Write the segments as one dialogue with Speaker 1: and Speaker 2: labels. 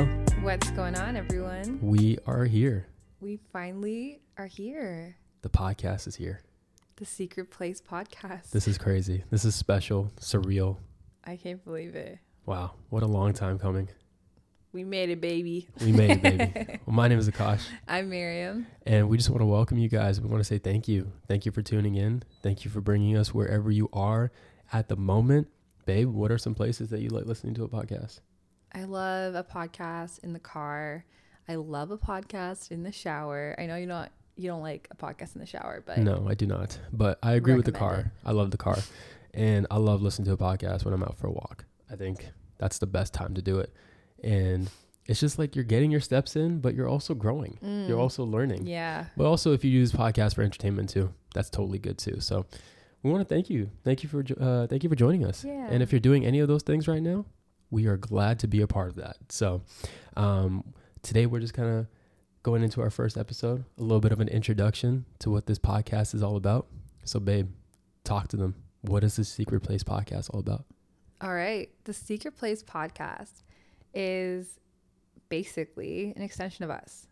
Speaker 1: What's going on, everyone?
Speaker 2: We are here.
Speaker 1: We finally are here.
Speaker 2: The podcast is here.
Speaker 1: The Secret Place podcast.
Speaker 2: This is crazy. This is special, surreal.
Speaker 1: I can't believe it.
Speaker 2: Wow, what a long time coming.
Speaker 1: We made it, baby.
Speaker 2: We made it, baby. well, my name is Akash,
Speaker 1: I'm Miriam.
Speaker 2: and we just want to welcome you guys. We want to say thank you. Thank you for tuning in. Thank you for bringing us wherever you are at the moment. Babe, what are some places that you like listening to a podcast?
Speaker 1: I love a podcast in the car. I love a podcast in the shower. I know you're not you don't like a podcast in the shower, but
Speaker 2: No, I do not. But I agree with the
Speaker 1: Recommend
Speaker 2: car. I love the car. And I love listening to a podcast when I'm out for a walk. I think that's the best time to do it. And it's just like you're getting your steps in, but you're also growing. You're also learning.
Speaker 1: Mm. yeah.
Speaker 2: But also, if you use podcasts for entertainment too, that's totally good too. So we want to thank you. Thank you for jo- uh, thank you for joining us.
Speaker 1: Yeah.
Speaker 2: And if you're doing any of those things right now, we are glad to be a part of that. So um, today we're just kind of going into our first episode, a little bit of an introduction to what this podcast is all about. So, babe, talk to them. What is the Secret Place podcast all about?
Speaker 1: All right. The Secret Place podcast is basically an extension of us.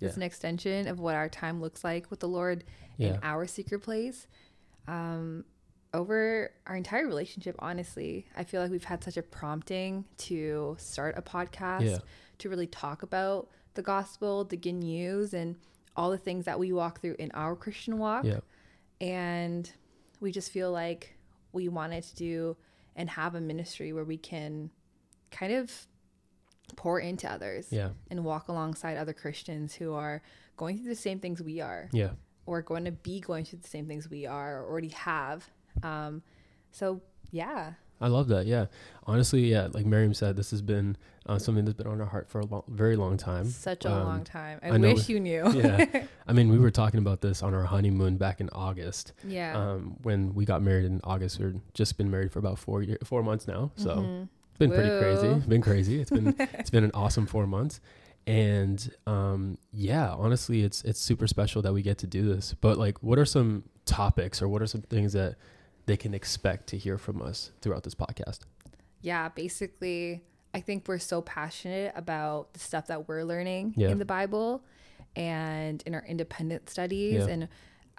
Speaker 1: It's
Speaker 2: Yeah.
Speaker 1: an extension of what our time looks like with the Lord in
Speaker 2: Yeah.
Speaker 1: our secret place. Um, over our entire relationship, honestly, I feel like we've had such a prompting to start a podcast,
Speaker 2: Yeah.
Speaker 1: to really talk about the gospel, the good news, and all the things that we walk through in our Christian walk
Speaker 2: Yeah.
Speaker 1: and we just feel like we wanted to do and have a ministry where we can kind of pour into others
Speaker 2: Yeah.
Speaker 1: and walk alongside other Christians who are going through the same things we are
Speaker 2: Yeah.
Speaker 1: or going to be going through the same things we are or already have. Um, so, yeah.
Speaker 2: I love that. Yeah. Honestly, yeah. Like Miriam said, this has been uh, something that's been on our heart for a long, very long time.
Speaker 1: Such a
Speaker 2: Um,
Speaker 1: long time. I,
Speaker 2: I know-
Speaker 1: wish you knew.
Speaker 2: yeah. I mean, we were talking about this on our honeymoon back in August.
Speaker 1: yeah.
Speaker 2: Um, when we got married in August, we're just been married for about four year, four months now. So it's been pretty crazy.
Speaker 1: Mm-hmm. Whoa.
Speaker 2: It's been crazy. It's been it's been an awesome four months. And um, yeah, honestly, it's it's super special that we get to do this. But like, what are some topics or what are some things that they can expect to hear from us throughout this podcast?
Speaker 1: yeah, basically, I think we're so passionate about the stuff that we're learning
Speaker 2: Yeah.
Speaker 1: in the Bible and in our independent studies
Speaker 2: Yeah.
Speaker 1: and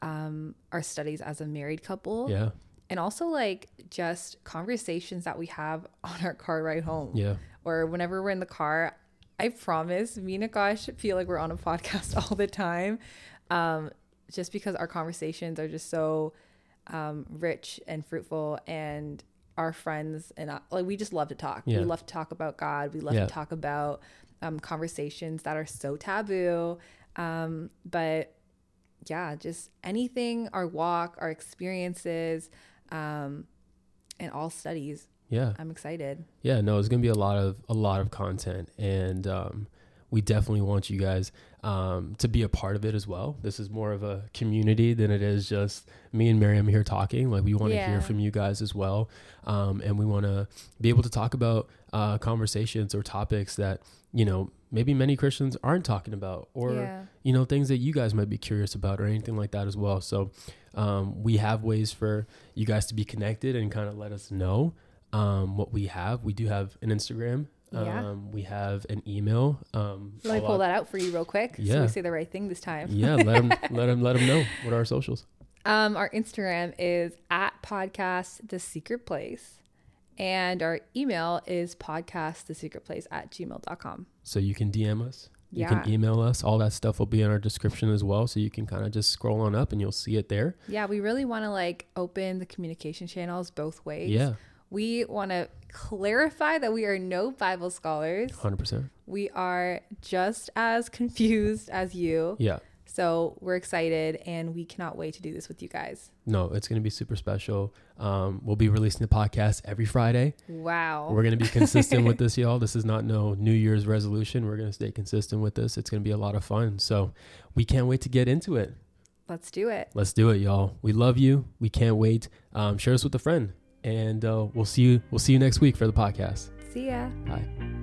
Speaker 1: um, our studies as a married couple.
Speaker 2: Yeah,
Speaker 1: And also, like, just conversations that we have on our car ride home
Speaker 2: yeah,
Speaker 1: or whenever we're in the car. I promise, me and Akash feel like we're on a podcast all the time um, just because our conversations are just so um, rich and fruitful and our friends and I, like we just love to talk.
Speaker 2: Yeah.
Speaker 1: We love to talk about God. We love
Speaker 2: Yeah.
Speaker 1: to talk about um, conversations that are so taboo. Um, but yeah, just anything our walk, our experiences, um, and all studies.
Speaker 2: yeah.
Speaker 1: I'm excited.
Speaker 2: Yeah, no, it's gonna be a lot of a lot of content, and um, we definitely want you guys um, to be a part of it as well. This is more of a community than it is just me and Miriam here talking. Like we want to
Speaker 1: Yeah.
Speaker 2: hear from you guys as well, um, and we want to be able to talk about uh, conversations or topics that you know maybe many Christians aren't talking about, or
Speaker 1: Yeah.
Speaker 2: you know things that you guys might be curious about or anything like that as well. So um, we have ways for you guys to be connected and kind of let us know um, what we have. We do have an Instagram. Um,
Speaker 1: Yeah.
Speaker 2: We have an email. Um,
Speaker 1: Let
Speaker 2: a
Speaker 1: me pull
Speaker 2: lot-
Speaker 1: that out for you real quick. So
Speaker 2: Yeah.
Speaker 1: we say the right thing this time.
Speaker 2: yeah, let them let them let them know what are our socials.
Speaker 1: Um, our Instagram is at podcast the secret place. And our email is podcast the secret place at gmail.com.
Speaker 2: So you can DM us. You
Speaker 1: Yeah.
Speaker 2: can email us. All that stuff will be in our description as well. So you can kind of just scroll on up and you'll see it there.
Speaker 1: Yeah, we really want to like open the communication channels both ways.
Speaker 2: Yeah,
Speaker 1: We want to clarify that we are no Bible scholars.
Speaker 2: 100%.
Speaker 1: We are just as confused as you.
Speaker 2: Yeah.
Speaker 1: So we're excited and we cannot wait to do this with you guys.
Speaker 2: No, it's going to be super special. Um, we'll be releasing the podcast every Friday.
Speaker 1: Wow.
Speaker 2: We're going to be consistent with this, y'all. This is not no New Year's resolution. We're going to stay consistent with this. It's going to be a lot of fun. So we can't wait to get into it.
Speaker 1: Let's do it.
Speaker 2: Let's do it, y'all. We love you. We can't wait. Um, share us with a friend, and uh, we'll see you. We'll see you next week for the podcast.
Speaker 1: See ya.
Speaker 2: Bye.